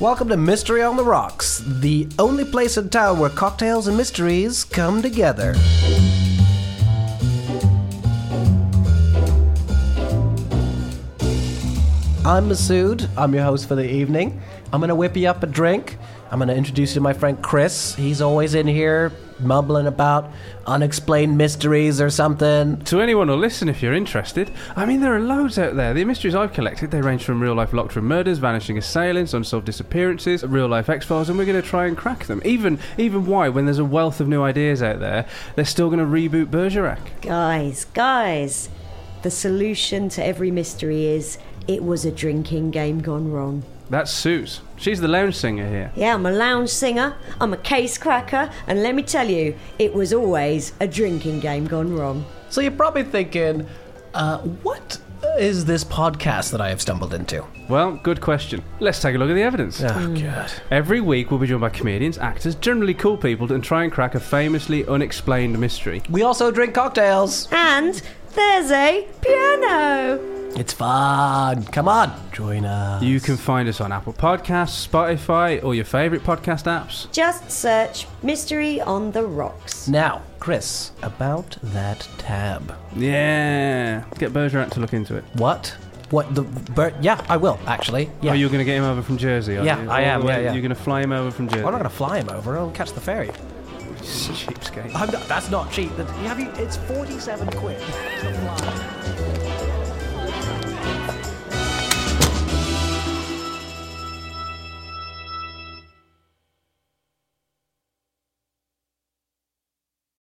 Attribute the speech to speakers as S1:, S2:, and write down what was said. S1: Welcome to Mystery on the Rocks, the only place in town where cocktails and mysteries come together. I'm Masood. I'm your host for the evening. I'm going to whip you up a drink. I'm going to introduce you to my friend Chris. He's always in here mumbling about unexplained mysteries or something.
S2: To anyone who'll listen if you're interested, I mean, there are loads out there. The mysteries I've collected, they range from real life locked room murders, vanishing assailants, unsolved disappearances, real life X Files, and we're going to try and crack them. Even even why, when there's a wealth of new ideas out there, they're still going to reboot Bergerac.
S3: Guys, guys, the solution to every mystery is it was a drinking game gone wrong.
S2: That's Suze. She's the lounge singer here.
S3: Yeah, I'm a lounge singer, I'm a case cracker, and let me tell you, it was always a drinking game gone wrong.
S1: So you're probably thinking, uh, what is this podcast that I have stumbled into?
S2: Well, good question. Let's take a look at the evidence.
S1: Oh, God.
S2: Every week, we'll be joined by comedians, actors, generally cool people, and try and crack a famously unexplained mystery.
S1: We also drink cocktails.
S3: And there's a piano!
S1: It's fun. Come on, join us.
S2: You can find us on Apple Podcasts, Spotify, or your favourite podcast apps.
S3: Just search Mystery on the Rocks.
S1: Now, Chris, about that tab.
S2: Yeah. Get Bergerac to look into it.
S1: What? What the? Bert, yeah, I will actually. Yeah.
S2: Oh, you're going to get him over from Jersey, are
S1: Yeah,
S2: you?
S1: I
S2: All
S1: am,
S2: the way-
S1: yeah, yeah.
S2: You're going to fly him over from Jersey.
S1: I'm not gonna fly him over. I'll catch the ferry.
S2: Cheapskate.
S1: I'm not, that's not cheap. That- have you- it's forty-seven quid.